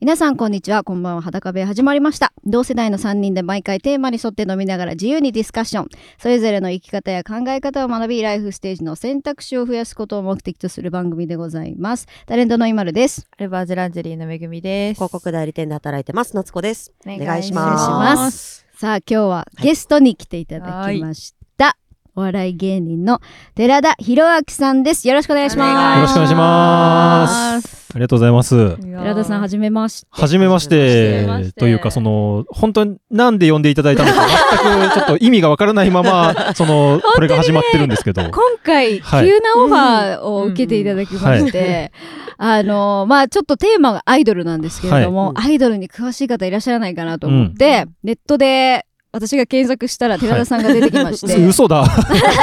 皆さんこんにちはこんばんは裸部屋始まりました同世代の3人で毎回テーマに沿って飲みながら自由にディスカッションそれぞれの生き方や考え方を学びライフステージの選択肢を増やすことを目的とする番組でございますタレントの今るですアルバーズランジェリーのめぐみです。広告代理店で働いてます。夏子です。お。。願いしますお願いしますさあ今日はゲストに来ていただきました、お笑い芸人の寺田博明さんですよろしくお願いしますよろしくお願いしますありがとうございます。寺田さんはじじめましてはじめましはじめましててというかその本当になんで呼んでいただいたのか全くちょっと意味がわからないままそのこれが始まってるんですけど、今回、はい急なオファーを受けていただきまして、あのまあちょっとテーマがアイドルなんですけれども、はアイドルに詳しい方いらっしゃらないかなと思って、ネットで私が検索したら寺田さんが出てきまして、 嘘だ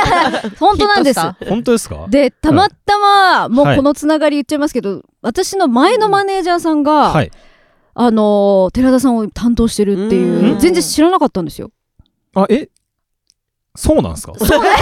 本当なんですヒットし本当ですか？でたまたまもうはいこのつながり言っちゃいますけど、私の前のマネージャーさんが、はい。あの寺田さんを担当してるっていううん全然知らなかったんですよあえそうなんですか？嘘そこ知らない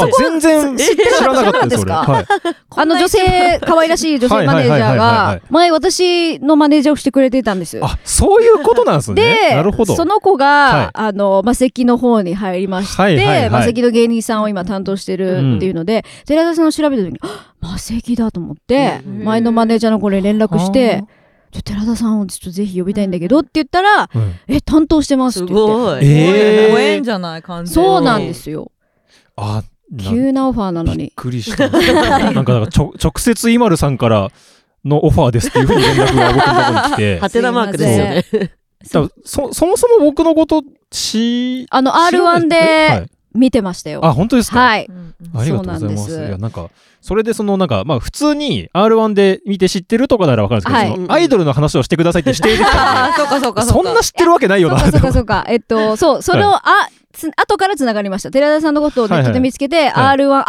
あ全然知ってる知らなかったで知すそれ。らなはい。あの女性、可愛らしい女性マネージャーはいはいはいはいはがい、前私のマネージャーをしてくれてたんです。あそういうことなんですね。でなるほ、ど。その子はいが、あの、マセキの方に入りましはいはいはて、いマセキの芸人さんを今担当してるっていうので、寺田さんを調べた時に、あマセキだと思って、うん前のマネージャーの子に連絡してあ、ちょ寺田さんをちょっとぜひ呼びたいんだけどって言ったら、うんえ、担当してますって言っごえええー、ーご縁じゃない感て。じ。そうなんですよ。あな急なオファーなのびっに。く りした。なんかなんかちょ直接イマルさんからのオファーですっていうふうに連絡が僕のところに来て ハ。テナマークですよね。多分そそもそも僕のことしあの、知らない R1 はでい見てましたよ。あ本当ですか、はい。うんうん。ありがとうございまそうなすんですいやなんかそれでそのなんかまあ普通に R1 で見て知ってるとかならわかるんですけど、はいそのアイドルの話をしてくださいって指定できた あー、そうかそうか んでそうそんか。な知ってるわけないよなそうかそうかそうか。えっと、そう、それを、あ、つ、後から繋がりました。寺田さんのことをネットで見つけて、はい R1、あ、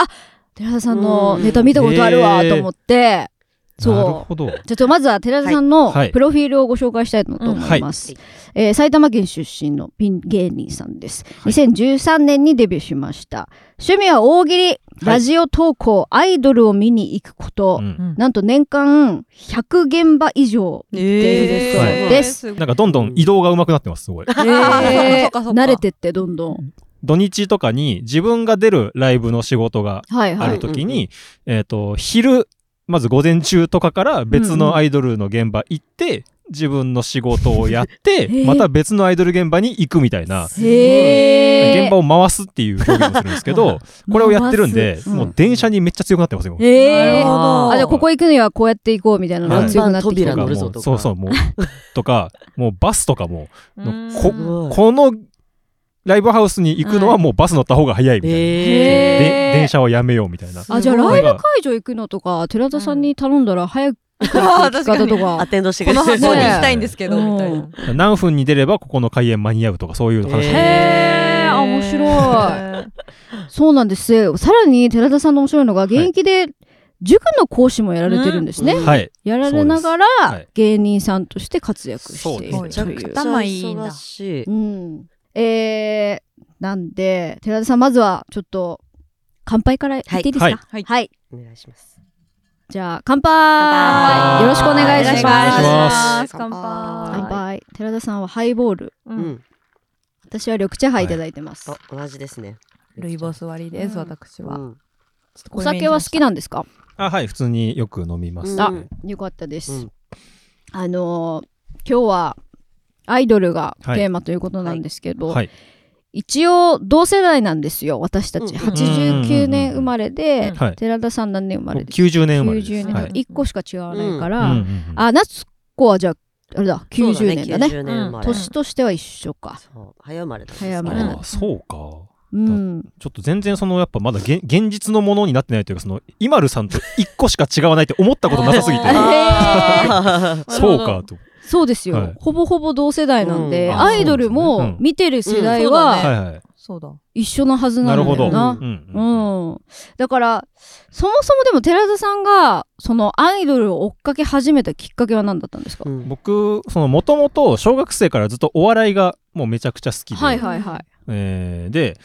寺田さんのネタ見たことあるわ、と思って、 そうなるほどちょっとまずは寺田さんのはいプロフィールをご紹介したいと思います。えー埼玉県出身のピン芸人さんです。2013年にデビューしました。趣味は大喜利、ラジオ投稿、アイドルを見に行くこと、うんうんなんと年間100現場以上えてそうえーですすごいなんかどんどん移動がうまくなってますすごいー そうかそうか慣れてってどんどん。土日とかに自分が出るライブの仕事がはいあはいる。時に、えっ、と昼まず午前中とかから別のアイドルの現場行って、自分の仕事をやって、ーまた別のアイドル現場に行くみたいなへー現場を回すっていう表現をするんですけどこれをやってるんで回、すもう電車にめっちゃ強くなってますよ。なえるーほどあじゃあここ行くにはこうやって行こうみたいなのがはい強くなってきて何番扉も乗うるぞとかそうそうもう とかもうバスとかもうんこすごいこのライブハウスに行くのはもうバス乗った方が早いみたいな、えへーで電車はやめようみたいなす。あじゃあライブなん会か場行くのとか寺田さんに頼んだら早く行くあー方確かにとーアかテンドしてこくの箱れてに行そうですきたいんですけど、みたいうんな。何分に出ればここの開演間に合うとかそういう話、えへー面白い。いそうなんですよさらに寺田さんの面白いのが現役で塾の講師もやられてるんですね、うんはいやられながらそうですはい芸人さんとして活躍しているそうですとめいちゃうくちゃ頭いいな忙しい。うんえー、なんで寺田さんまずはちょっと乾杯からいっていいですかはいはいはいお願いします。じゃあ乾乾杯杯よろしくお願いしお願いますします乾杯乾乾杯。杯寺田さんはハイボールううんん。私は緑茶ハイいただいてます、あ、同じですね。ルイボス割りでうす、ん私うは。ん。ちょっとお濃いめに酒は好きなんですかあはい普通によく飲みます、うんあよかったです、うんあのー今日はアイドルがテーマということなんですけど、はい一応同世代なんですよ私たち、うん89年生まれで、うんはい寺田さん何年生まれです90年生まれです90年、ははい1個しか違わないから、うんうんうんあ夏子はじゃああれだ90年だね90年生まれ。うん年としては一緒かそう早生まれだね。早生まれだあーそうかうんちょっと全然そのやっぱまだ現現実のものになってないというかそのイマルさんと一個しか違わないって思ったことなさすぎてあーあーそうかと、そうですよ、はいほぼほぼ同世代なんで、うんあアイドルそうですもねうん見てる世代うんそうはだねはいはいそうだ。一緒のはずななるんほだど、ようんな。うんうんうん、だからそもそもでも寺田さんがそのアイドルを追っかけ始めたきっかけは何だったんですか、うん僕そのもともと小学生からずっとお笑いがもうめちゃくちゃ好きで、はいはいはい。えーで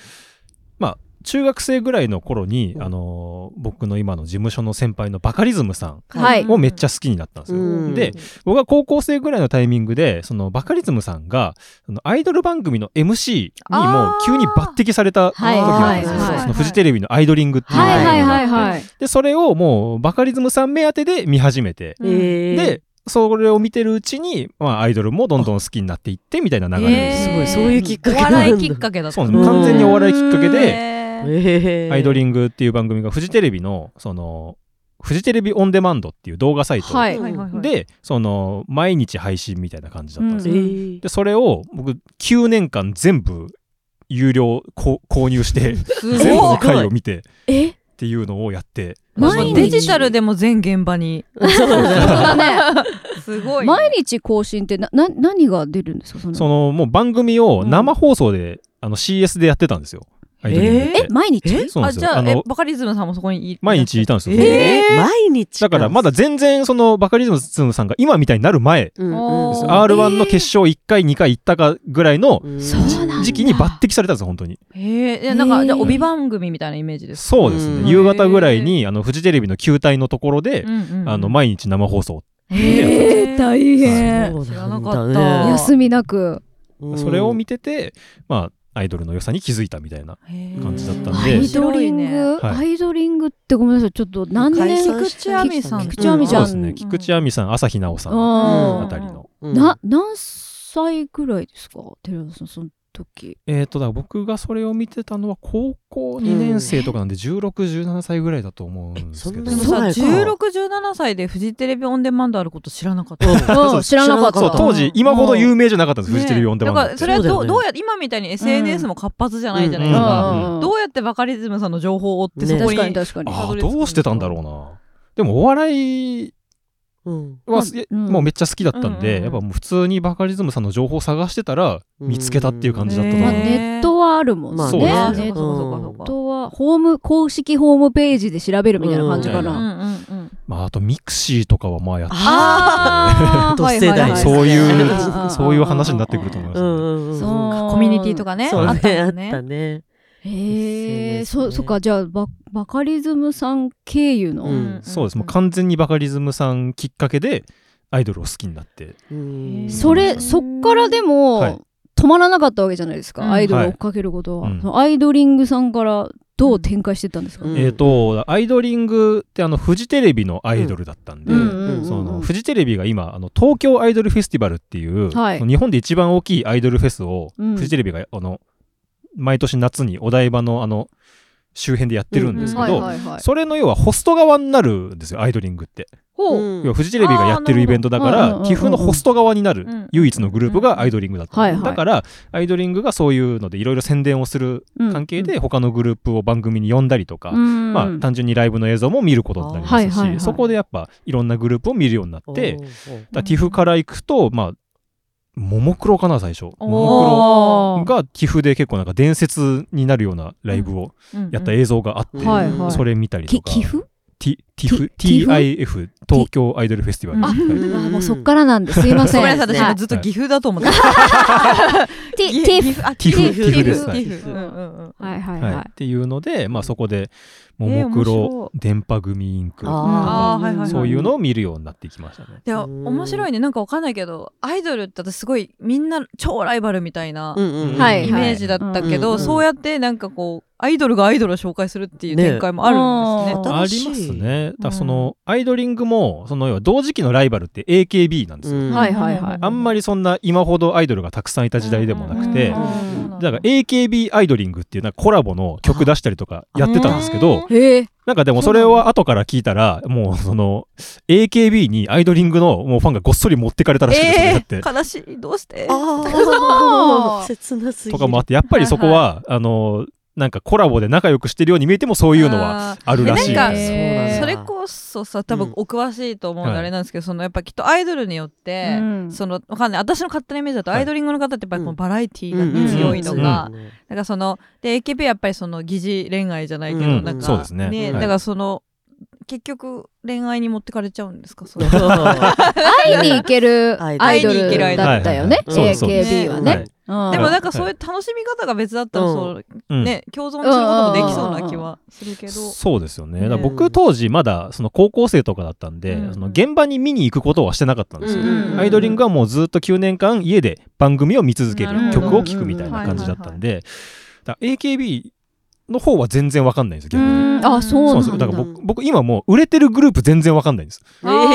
まあ中学生ぐらいの頃に、うんあのー僕の今の事務所の先輩のバカリズムさんはいをめっちゃ好きになったんですよ。うんで僕は高校生ぐらいのタイミングでそのバカリズムさんがそのアイドル番組の MC にもう急に抜擢された時はいがあっはたんいですよ、はいはいそのフジテレビの「アイドリング」っていう番は組いがあはいって、はいはい。でそれをもうバカリズムさん目当てで見始めて、うんえー、でそれを見てるうちに、まあ、アイドルもどんどん好きになっていってみたいな流れです。すごいそういうきっかけおなんだ笑いきっかけだったそうのです完全にお笑いきっかけで、へーえー、アイドリングっていう番組がフジテレビのそのフジテレビオンデマンドっていう動画サイトはで、いその毎日配信みたいな感じだったんですよ、えーでそれを僕9年間全部有料こ購入してすごい全部の回を見てっえていうのをやってまあ毎日デジタルでも全現場にそうだだね。すごい毎日更新ってな、な、何が出るんですかその。そのもう番組を生放送で、あの CS でやってたんですよアイドリングってえ、毎日そうなんあですじよゃああえのバカリズムさんもそこにい毎日いたんですよ、えー、毎日だからまだ、全然そのバカリズムさんが今みたいになる前うんおー r 1の決勝1回2回行ったかぐらいのうんそうなんだ時期に抜擢されたんですよ本当にへえいやなんかじゃあへー帯番組みたいなイメージですそうですうんね夕方ぐらいにあのフジテレビの球体のところで、あの毎日生放送、えー、大変。そう知ならんだなねかった休みなく。うんそれを見ててまあアイドルの良さに気づいたみたいな感じだったんアでイドリング、はいアイドリングってごめんなさい、ちょっと何解年散くし菊池亜美さんうん菊池亜美ちそゃうんですね菊池亜美さん朝日奈央さんああーたりの、うんな、何歳ぐらいですか寺田さん、その時。えっ、とだから僕がそれを見てたのは高校2年生とかなんで1617歳ぐらいだと思うんですけえでどもそんさなにそうなの1617歳でフジテレビオンデマンドあること知らなかったうんうん知らなかったそう当時今ほど有名じゃなかったんです、フジテレビオンデマンドだからそれはそうだどようねどうやって今みたいに SNS も活発じゃないじゃないうんですか、うんどうやってバカリズムさんの情報を追ってねそこ確に、かに確かに。ああどうしてたんだろうなでもお笑いうんまあはす、うんもうめっちゃ好きだったんうんうんで、うんやっぱもう普通にバカリズムさんの情報を探してたら見つけたっていう感じだったと思う、まあ、へーネットはあるもんね。まあそうネであすーねそうッかそうかそうか、トは、ホーム、公式ホームページで調べるみたいな感じかうな。んうんうんまあ、あとミクシーとかはまあやっあー同世代はいはいはいそういうあーあーそういう話になってくると思いますうね、んうんうんコミュニティとかねそうあねったあんですっねたねへえ、 SNS そねそっかじゃあババカリズムさん経由の、うんそうですもう完全にバカリズムさんきっかけでアイドルを好きになってうんそれそっからでも、はい止まらなかったわけじゃないですか、うんアイドルを追っかけることは、はいうんそのアイドリングさんからどう展開してったんですか、うんえっ、とアイドリングってあのフジテレビのアイドルだったんで、うんうんそのフジテレビが今あの東京アイドルフェスティバルっていう、はいその日本で一番大きいアイドルフェスを、うんフジテレビがあの毎年夏にお台場のあの周辺でやってるんですけど、はいはいはいそれの要はホスト側になるんですよアイドリングって、ほう、要はフジテレビがやってるイベントだあかーなるらほど TIFF のホスト側になるうん唯一のグループがアイドリングだった、はいはいだからアイドリングがそういうのでいろいろ宣伝をするうん関係で他のグループを番組に呼んだりとか、うんまあ、単純にライブの映像も見ることになりますし、あーはいはいはいそこでやっぱいろんなグループを見るようになって、だかでら TIFF から行くとまあももクロかな最初。ももクおーロが TIFF で結構なんか伝説になるようなライブをやっうたんうん映像があって、はいはいそれ見たりときか。寄付 T- TIFF TIFF TIF 東京アイドルフェスティバルあはいあもうそっからなんですいませごんめんなさい私は今いずっと岐阜だと思ってたティぎティぎフふあティフティフティですはいティフうんうんうんはいはいはい、はいっていうので、まあ、そこで「もえもク面ロ白」電波組インク」ああーはいはいはいそういうのを見るようになってきましたね。でもうん面白いねなんかわかんないけどアイドルって私すごいみんな超ライバルみたいなーうんうんうんはいイメージだったけうんどうんそうやってなんかこうアイドルがアイドルを紹介するっていう展開もあるんですね。新ありしいますね。だからそのアイドリングもその要は同時期のライバルって AKB なんですよ。うんはいはいはいあんまりそんな今ほどアイドルがたくさんいた時代でもなくて、うんうんうんだから AKB アイドリングっていうなんかコラボの曲出したりとかやってたんですけど、へえなんかでもそれは後から聞いたら、もうその AKB にアイドリングのもうファンがごっそり持ってかれたらしくて、それだえって。ー悲しいどうしてああ切なすぎるとかもあって、やっぱりそこは、あの、なんかコラボで仲良くしてるように見えてもそういうのはあーあるらしいえなんかです。えーそれこそさ多う分んお詳しいと思うのではいあれなんですけど、そのやっぱきっとアイドルによって、うんそのわかんない私の勝手なイメージだとはいアイドリングの方ってやっぱりこううんバラエティーが強いのうんが、うんなんかそので AKB やっぱりその疑似恋愛じゃないけど、うんなんかそうですねはいだからその結局恋愛に持ってかれちゃうんですかそ れそう会いに行けるアイドルアイドルだったよね、はいはいはいそうですそうです AKB はね、はいうんでもなんかそういう楽しみ方が別だったらそう、うんね共存することもできそうな気はするけど、そうですよね。だからね僕当時まだその高校生とかだったんで、うんその現場に見に行くことはしてなかったんですよ。うんアイドリングはもうずっと9年間家で番組を見続けなるほるど曲を聴くみたいな感じだったんで、だから AKB の方は全然わかんないんですよう逆に。んあそうなそうんですよだからだ僕僕今もう売れてるグループ全然わかんないんです、えーあーえ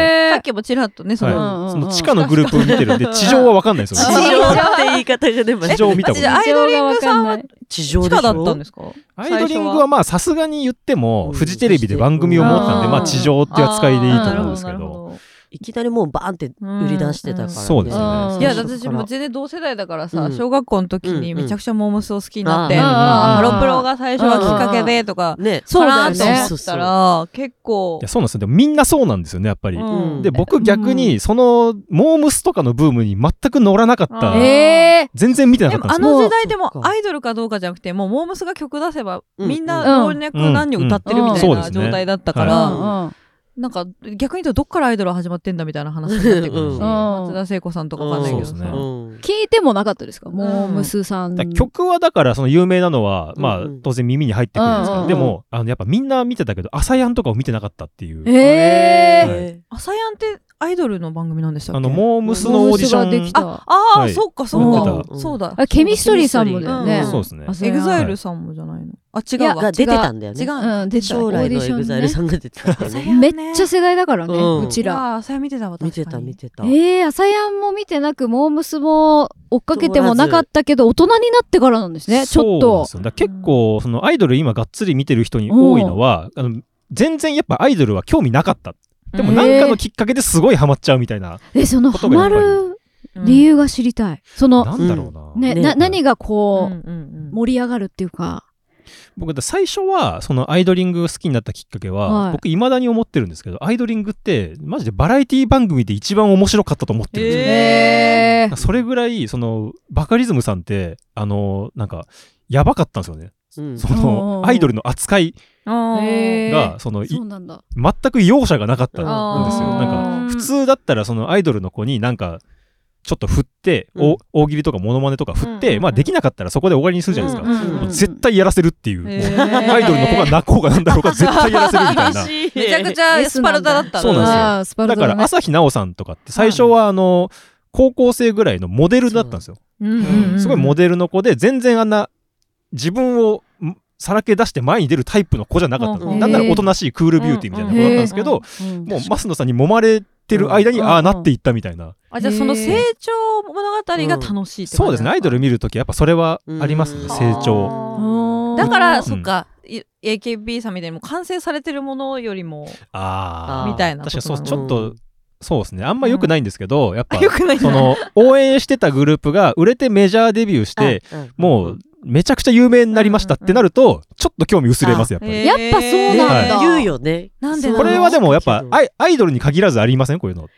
ーはいさっきもちらっとねそはいの、うんうんうんその地下のグループを見てるんで地上はわかんないですよ地あ上って言い方が出ま地した。上を見たことないあアイドリングさんは地上。地下だったんですすかアイドリングはまあさすがに言ってもうんフジテレビで番組を持ってたんでうんまあ地上って扱いでいいと思うんですけあーなるほどどなるいきなりもうバーンってほど売り出してたからね。そうですようねんいや最私も全然同世代だからさ、うん小学校の時にめちゃくちゃモームスを好きになって、うんうんあうーんハロプロが最初はきっかけでとか、ね。そうだよかねなーって思ったら結構いやそうなんですよでもみんなそうなんですよねやっぱり、うんで僕逆にそのモームスとかのブームに全く乗らなかった、あーえ全然見てなでかったんもであすよの時代でもそっかアイドルかどうかじゃなくてもうモームスが曲出せばうんみんな老若男女歌ってるみたいうんうんうんうんなそうですね状態だったかーら、はいなんか逆に言うとどっからアイドル始まってんだみたいな話になってくるし、うん松田聖子さんとかわかんないけどうさ、んそうですうねん聞いてもなかったですかもうムスさんだから曲はだからその有名なのは、まうあんうん当然耳に入ってくるんですうけど、んうんうんでもあのやっぱみんな見てたけど「朝やん」とかを見てなかったっていう、えーえ朝やんってアイドルの番組なんでしたっけあのモームスのオーディシモームスができョンたああー、はいそっかそっうかんそうだあケミストリーさんもだよねうんそうですねあそエうやグザイルさんもじゃないのあ違うーがわ出てたんだよね。違ううん出でた将来オーディのション EXILE さんが出てたんだよね。ねめっちゃ世代だからねうんうちらあ朝やん見てたわ確かに見てた見てた。えー、朝やんも見てなく、モームスも追っかけてもなかったけど、大人になってからなんですね、ちょっそうなんとで。すよだから結構そのアイドル今がっつり見てる人に多いのは、あの全然やっぱアイドルは興味なかったでもな何かのきっかけですごいハマっちゃうみたいな、え、そのハマるうん理由が知りたい。その、なんだろうな、ね、ねな何がうんこうう、んうん盛り上がるっていうか。僕だって最初はそのアイドリング好きになったきっかけは、はい僕いまだに思ってるんですけどアイドリングってマジでバラエティ番組で一番面白かったと思ってるんですよ、えそれぐらいそのバカリズムさんってあのなんかやばかったんですよねうんそおうおうおのうアイドルの扱いあーへーがそのいそうなんだ。全く容赦がなかったんですよあーなんか普通だったらそのアイドルの子になんかちょっと振って、うんお大喜利とかモノマネとか振っうんうんて、うんまあできなかったらそこで終わりにするじゃないですか、うんうんうんもう絶対やらせるっていう、へもうーアイドルの子が泣こうがなんだろうが絶対やらせるみた いなめちゃくちゃスパルタだったそうなんですよあースパルだタからね。朝日奈央さんとかって最初はあの高校生ぐらいのモデルだったんですよ、うんうんすごいモデルの子で全然あんな自分をんさらけ出して前に出るタイプの子じゃなかったうんうのんなんならおとなしいクールビューティーみたいな子だったんですけど、うんもう増野さんに揉まれてる間に、うんああなっていったみたいな、あじゃあその成長物語が楽しいって感じそうですねアイドル見るときやっぱそれはありますうねん成う長んだから、んそっかい AKB さんみたいにもう完成されてるものよりもあーみたいな確かにそうことちなょのっとそうですねあんま良くないんですけど、やっぱあよくないなその応援してたグループが売れてメジャーデビューして、うんうんもうめちゃくちゃ有名になりましたってなると、ちょっと興味薄れますやっぱり、へーやっぱそうなんだ言うよね。なんでそうこれはでもや っぱうんアイアイドルに限らずありませんこういうのは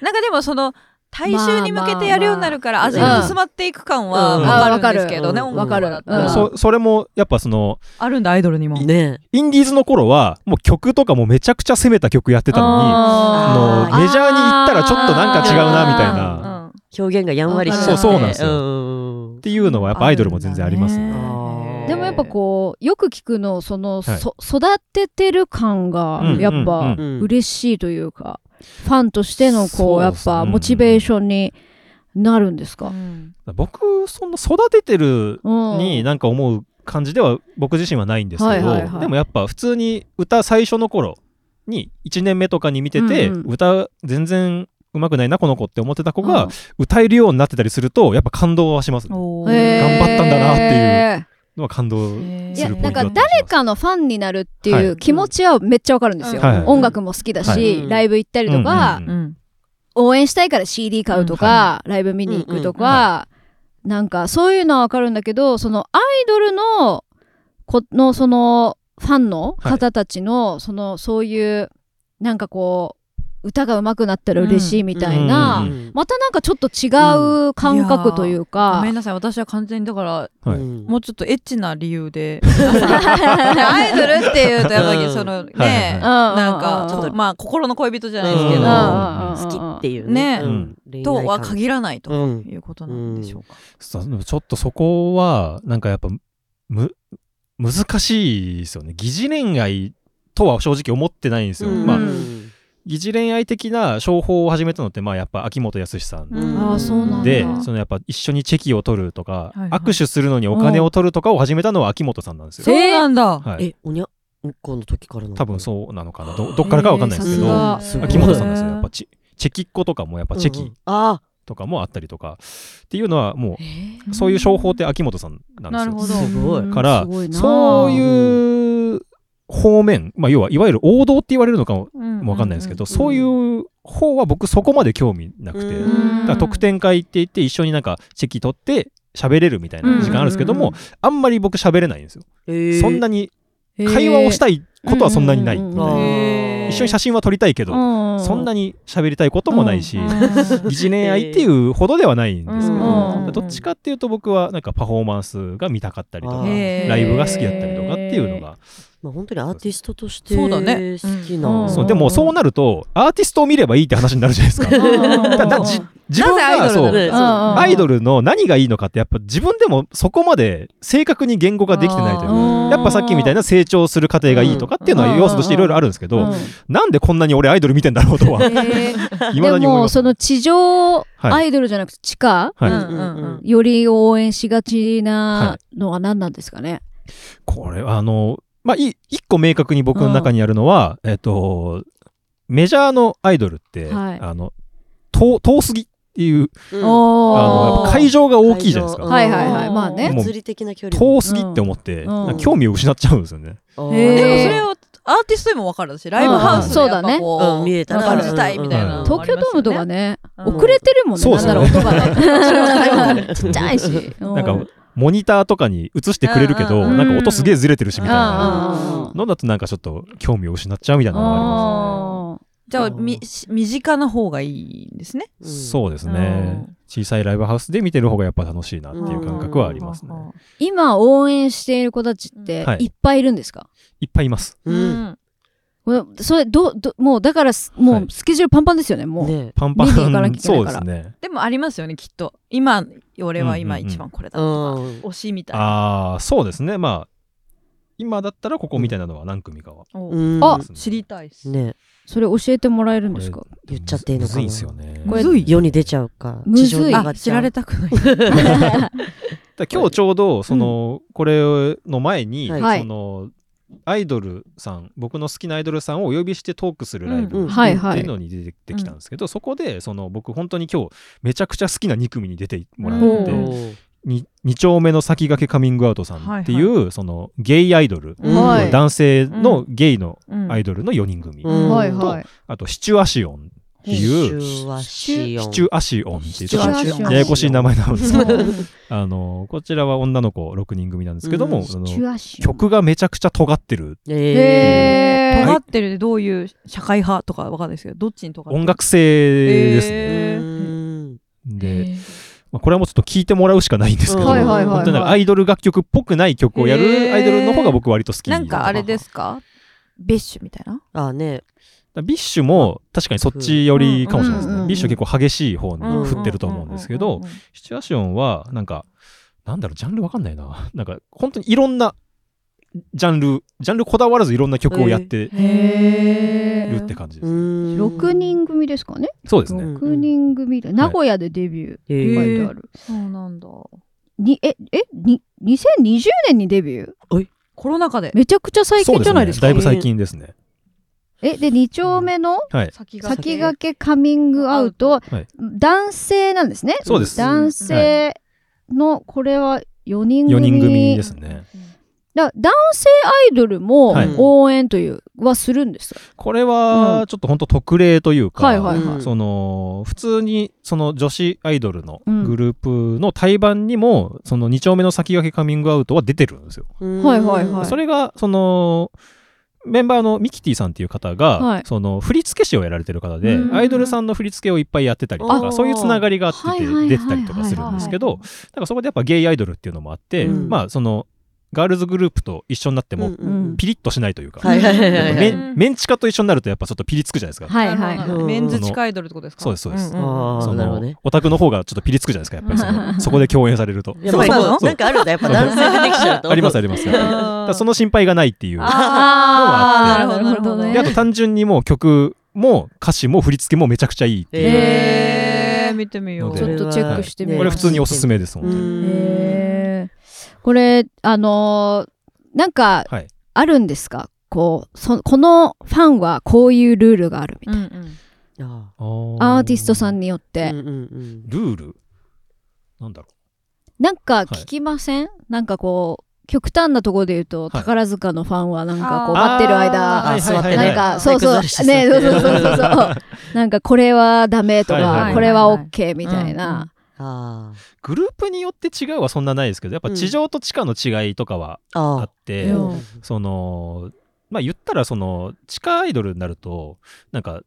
なんかでもその大衆に向けてやるようになるからまあ味まあが薄まっていく感はうんわかるんですけどね、うん音楽だったうんらそそれもやっぱそのあるんだアイドルにも。ね。インディーズの頃はもう曲とかもめちゃくちゃ攻めた曲やってたのにああーのメジャーに行ったらちょっとなんか違うなみたいうんなっ表現がやんわりしちゃってそうそうなんですようんうんていうのはやっぱアイドルも全然ありますね。ねでもやっぱこうよく聞くのその、はいそ育ててる感がうんやっぱうんうん嬉しいというか、ファンとしてのこそううやでっすぱうんモチベーションになるんですか、僕そんな育ててるうんになんか思う感じでは僕自身はないんですけど、はいはいはいでもやっぱ普通に歌最初の頃に1年目とかに見てて、うんうん歌全然うまくないなこの子って思ってた子うがん歌えるようになってたりするとやっぱ感動はしますねおへーー頑張ったんだなっていうのは感動へーいすやるポイなんントだかと思います誰かのファンになるっていはう気持ちはめっちゃわかるんですよ、うんはい音楽も好きだし、はいライブ行ったりとか、うんうん応援したいから CD 買うとか、ライブ見に行くとか、なんかそういうのはわかるんだけどそのアイドルのこのそのファンの方たちの、そのそういうなんかこう歌が上手くなったら嬉しいみたいな、うんうんまたなんかちょっと違うう感覚というごか、 めんなさい私は完全にだからはいうんもうちょっとエッチな理由で アイドルっていうとやっぱりそのはいはいねはなんかちょちょっっととまあ心の恋人じゃないですけうどんうんあうん好きっていうねねうん恋と愛は観限らないとうんいうことなんでしょうか。そうでもちょっとそこはなんかやっぱむ難しいですよね疑似恋愛とは正直思ってないんですよ、うんまあうん疑似恋愛的な商法を始めたのってまあやっぱ秋元康さんうんうんああそうなんだ。でそのやっぱ一緒にチェキを取るとか、はいはい握手するのにお金を取るとかを始めたのは秋元さんなんですそよ。うなんだ。はい、えおにゃんこの時からの多分そうなのかなどどっからかわかんないですけど、えーすごい秋元さんなんですよへーやっぱチチェキっ子とかもやっぱうんうんチェキあとかもあったりとか、っていうのはもえうそういう商法って秋元さんなんでなすよ。るほど。すごいかうらんすごいなあそういう方面、まあ、要はいわゆる王道って言われるのかももわかんないですけど、そういう方は僕そこまで興味なくて、うんだから特典会って言って一緒になんかチェキ取って喋れるみたいな時間あるんですけども、うんうんあんまり僕喋れないんですよ、あへえそんなに会話をしたいことはそんなにない、うんうんうんあーへー一緒に写真は撮りたいけど、うんそんなに喋りたいこともないし、うん 疑似恋愛っていうほどではないんですけうど、んうんどっちかっていうと僕はなんかパフォーマンスが見たかったりとあかーへーライブが好きだったりとかっていうのが、まあ本当にアーティストとしてそうだね好きうんなそうでもそうなるとアーティストを見ればいいって話になるじゃないですか。うんうんうんだだじ自分なぜアイドがルそなのうねうんアイドルの何がいいのかってやっぱ自分でもそこまで正確に言語化できてないというかあーやっぱさっきみたいな成長する過程がいいとかっていうのうはん要素としていろいろあるんですけうどんなんでこんなに俺アイドル見てんだろうとは へーいまでだに思いもますそ。の地上はアいイドルじゃなくて地下はいうんうんうんより応援しがちなのは何なんですかね。これはあのまあい一個明確に僕の中にあるのはえっとメジャーのアイドルってはいあの遠遠すぎっていううんおーあのやっぱ会場が大きいじゃないです会か場はいはいはいまあね。もう物理的な距離も遠すぎって思ってうんなんか興味を失っちゃうんですよね。あへでーもーそれをアーティストにもわかるし、ライブハウスでやっぱこうんそうだねうん見えた。ら感じたいみたいな、うん東京ドームとかね。ね、うん遅れてるもんね、そうでなんすなねら音がね ちっちゃいし。ななんかモニターとかに映してくれるけど、うんうんなんか音すげえずれてるしみたいうんなあのだとなんかちょっと興味を失っちゃうみたいなのがありまあじゃあ、み、し身近な方がいいんですね。す。そうですうねん。小さいライブハウスで見てる方がやっぱ楽しいなっていう感覚はありますね。今応援している子たちってはいいっぱいいるんですか、いっぱいいます。ううんうんん。これそれどうどうもうだからすはもいうスケジュールパンパンですよねもう、ねパンパン。見に行かなきゃいけなそいうかでらすね。でもありますよね、きっと。今、俺は今うんうんうん一番これだうとか、ん推しみたいな。ああ、そうですね。まあ、今だったらここみたいなのは何組かは。おうんあ知りたいっす。ねそれ教えてもらえるんですかこ言っちゃっていいのかなむずいんですよね。これ世に出ちゃうかむずい地上に上があ、っ知ちゃらうれたくない。だから今日ちょうどその、これの前に、はいそのアイドルさん僕の好きなアイドルさんをお呼びしてトークするライブうんはいっはていいうのに出てきたんですけど、そこでその僕本当に今日めちゃくちゃ好きな2組に出てもらって、うんおおーに 2, 丁目の先駆けカミングアウトさんっていう、そのゲイアイドル、うんはい男性のゲイのうんアイドルの4人組、うんはいはいあとシチュアシオンっていうシチュワシオンシチュアシオンっていうシチちュワょっシオンシチュアシオとンややこしい名前なんですけどうんあのこちらは女の子6人組なんですけども、うんそのシチュアション曲がめちゃくちゃ尖ってるえへー尖ってるでどういう社会派とかわかんないですけど、どっちに尖ってる音楽性ですね。へーうんで、まあ、これはもうちょっと聞いてもらうしかないんですけど、うんはいはいはいはい本当になんかアイドル楽曲っぽくない曲をやへるーアイドルの方が僕割と好きなんかあれですすかビッシュみたいなあねビッシュも確かにそっち寄りかもしれないですね、うんうんビッシュ結構激しい方にうん振ってると思うんですけど、うんうんうんうんシチュアションはなんかなんだろうジャンルわかんないななんか本当にいろんなジャンルジャンルこだわらずいろんな曲をやってへるって感じです、 6 6人組ですかねそうですね、うん6人組で名古屋でデビューえって書いーてある、そうなんだにええに2020年にデビューコロナ禍でめちゃくちゃ最そ近うでじすゃないねですかだいぶ最近ですね、えで2丁目のはい先が先駆けカミングアウト、はい男性なんですねそうです男性のこれは4人組4人組ですねだ男性アイドルもはい応援という、はするんですかこれはちょっと本当特例というか、はいはいうんその普通にその女子アイドルのうんグループの対バンにもその2丁目の先駆けカミングアウトは出てるんですよ。はいはいはいそれがそのメンバーのミキティさんっていう方が、はいその振付師をやられてる方で、うんアイドルさんの振り付けをいっぱいやってたりとあかそういうつながりがあってはいてはいはいはい出てたりとかするんですけどだからそこでやっぱゲイアイドルっていうのもあって、うんまあそのガールズグループと一緒になっても、うんうんうんピリッとしないというか、はいはいはいはいはメい。ねンメンチカと一緒になるとやっぱちょっとピリつくじゃないですか。はいはいなはるほどなるほうどんメンズ地下アイドルってことですかそうですそうですんんあーそなるほのどねオタクの方がちょっとピリつくじゃないですかやっぱ りそうんのそこで共演されると。やっそうぱなのそうなんかあるんだやっぱ男性出てきちゃうと。ありますあります。だかあーらその心配がないっていう。あーなるほどなるほどーであねと単純にもう曲も歌詞も振り付けもめちゃくちゃいいっていう。へえ見てみようちょっとチェックしてみようこれ普通におすすめ。めですもん、うねんへーこれあのーなんかはい。あるんですかこうそこのファンはこういうルールがあるみたいうんうんあなアーティストさんに。によっーて、うんうんうんルールなんだろなんか聞きません、なんかこう極端なところで言うと、い宝塚のファンはなんかこうう。あー待ってる間あー座ってねなんか、そうそう、体育座りね、してそ座うっそてうそうそうそう。なんか、これはダメとか、はいはいはいこれはオッケーみたいな。あグループによって違うはそんなないですけどやっぱ地上と地下の違いとかはーああー。って、うんそのまあ言ったらその地下アイドルになるとなんか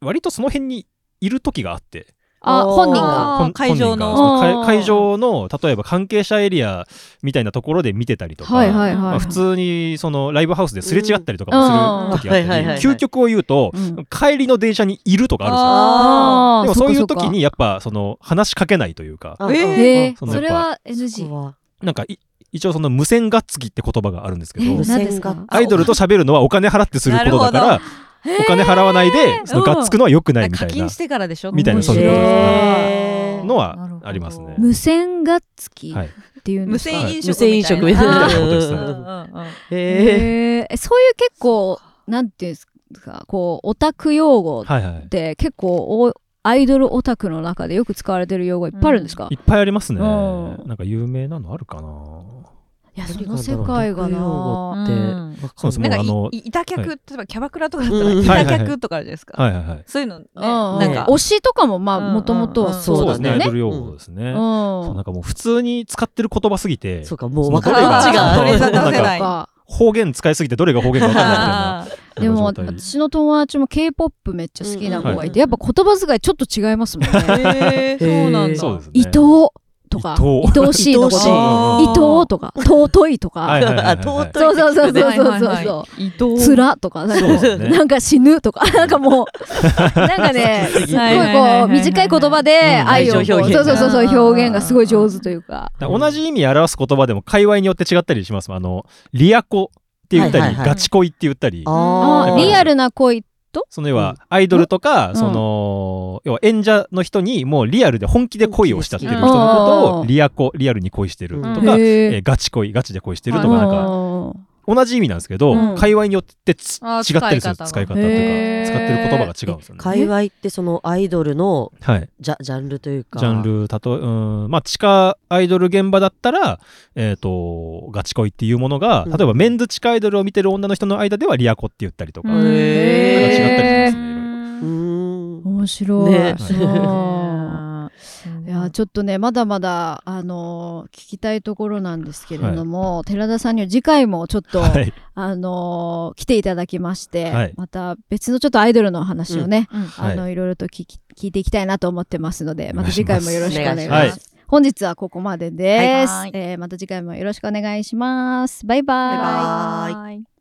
割とその辺にいる時があってあ、おー本人が。あー本会場の本人がそあのー会会場の例えば関係者エリアみたいなところで見てたりとか、はいはいはいはい。まあ、普通にそのライブハウスですれ違ったりとかもする時がうんうんはいはいあはっいて究極を言うとうん帰りの電車にいるとかあるんですよ。ああーでもそういう時。っかにやっぱその話しかけないというかあーえーそっかへええー、そのそれはそ NG。こはなんかい一応その無線がっつきって言葉があるんですけえど無無線何です線かが。アイドルと喋るのはお金払ってすることだかならお金払わないでそのがっつくのは良くないみた課いな金してからでしょみたいなそういうことですへーのはありますね。無線がっつきはいっていうん無ですか。線飲食無線飲食みたいなな。みたいなことですうんうんうんうんうんへえ。へーえそういう結構、なんていうんですか、こう、オタク用語っはいはいて結構、おアイドルオタクの中でよく使われてる用語いっぱいあるんですかいっぱいありますねうんなんか有名なのあるかないや、その世界がな。ってうんわかそうですもうなあんかのいい板客、は例えばキャバクラとかだったらうん板客とかあるじゃないですか、はいはいはいそういうのね、うんうんなんか、推しとかもまあうんもともとはそそううそうだよですねね。アイドル用語ですねそうなんかもう普通に使ってる言葉すぎてそうか、もうその分からどれない。あこーっちどがれがな出んせかないか方言使いすぎてどれが方言か分かんないみたいなあーでもなんか状態私の友達も K-POP めっちゃ好きな子がいてやうっぱん言葉遣いちょっと違いますもんね。へー そうなんだ。そうですね伊藤とか伊愛おしいのこ愛おしいとあ伊ー藤とか尊いとはいかはいはいはいあ尊いそうそうそうそうそうはいはいそはうい伊藤つらとかなんそうでかすねなんか死ぬとかなんかも うなんかねすっごいこう短い言葉でうん愛をこう愛情表現そうそうそうそう表現がすごい上手というか。だから同じ意味表す言葉でも界隈によって違ったりしますもんあのリアコって言ったり、はいはいはいガチ恋って言ったりああーあ、リアルな恋その要はアイドルとか、うんその要は演者の人にもうリアルで本気で恋をしちゃってる人のことうをんリアコリアルに恋してるとうんか、えへーガチ恋ガチで恋してるとかはなんかか同じ意味なんですけど、うん界隈によってつあー違ったりする使い方が使い方というへーか使ってる言葉が違うんですよね。界隈ってそのアイドルのはい、ジャジャンルというか。ジャン。ルたとうんまあ地下アイドル現場だったら、えー、とガチ恋っていうものが、うん例えばメンズ地下アイドルを見てる女の人の間ではリアコって言ったりとか、うんなんか違ったりへーしうーん。面白い、ねそう うんいやちょっとねまだまだあのー聞きたいところなんですけれども、寺田さんには次回もちょっと、はい、あのー来ていただきまして、はいまた別のちょっとアイドルの話をね、うんうんあの、はいろいろと聞き聞いていきたいなと思ってますのでまたお願いし次ます回もよろしくお願いしますお願いしま本日はここまでです、はいえーまた次回もよろしくお願いしますバイバイバイバイ。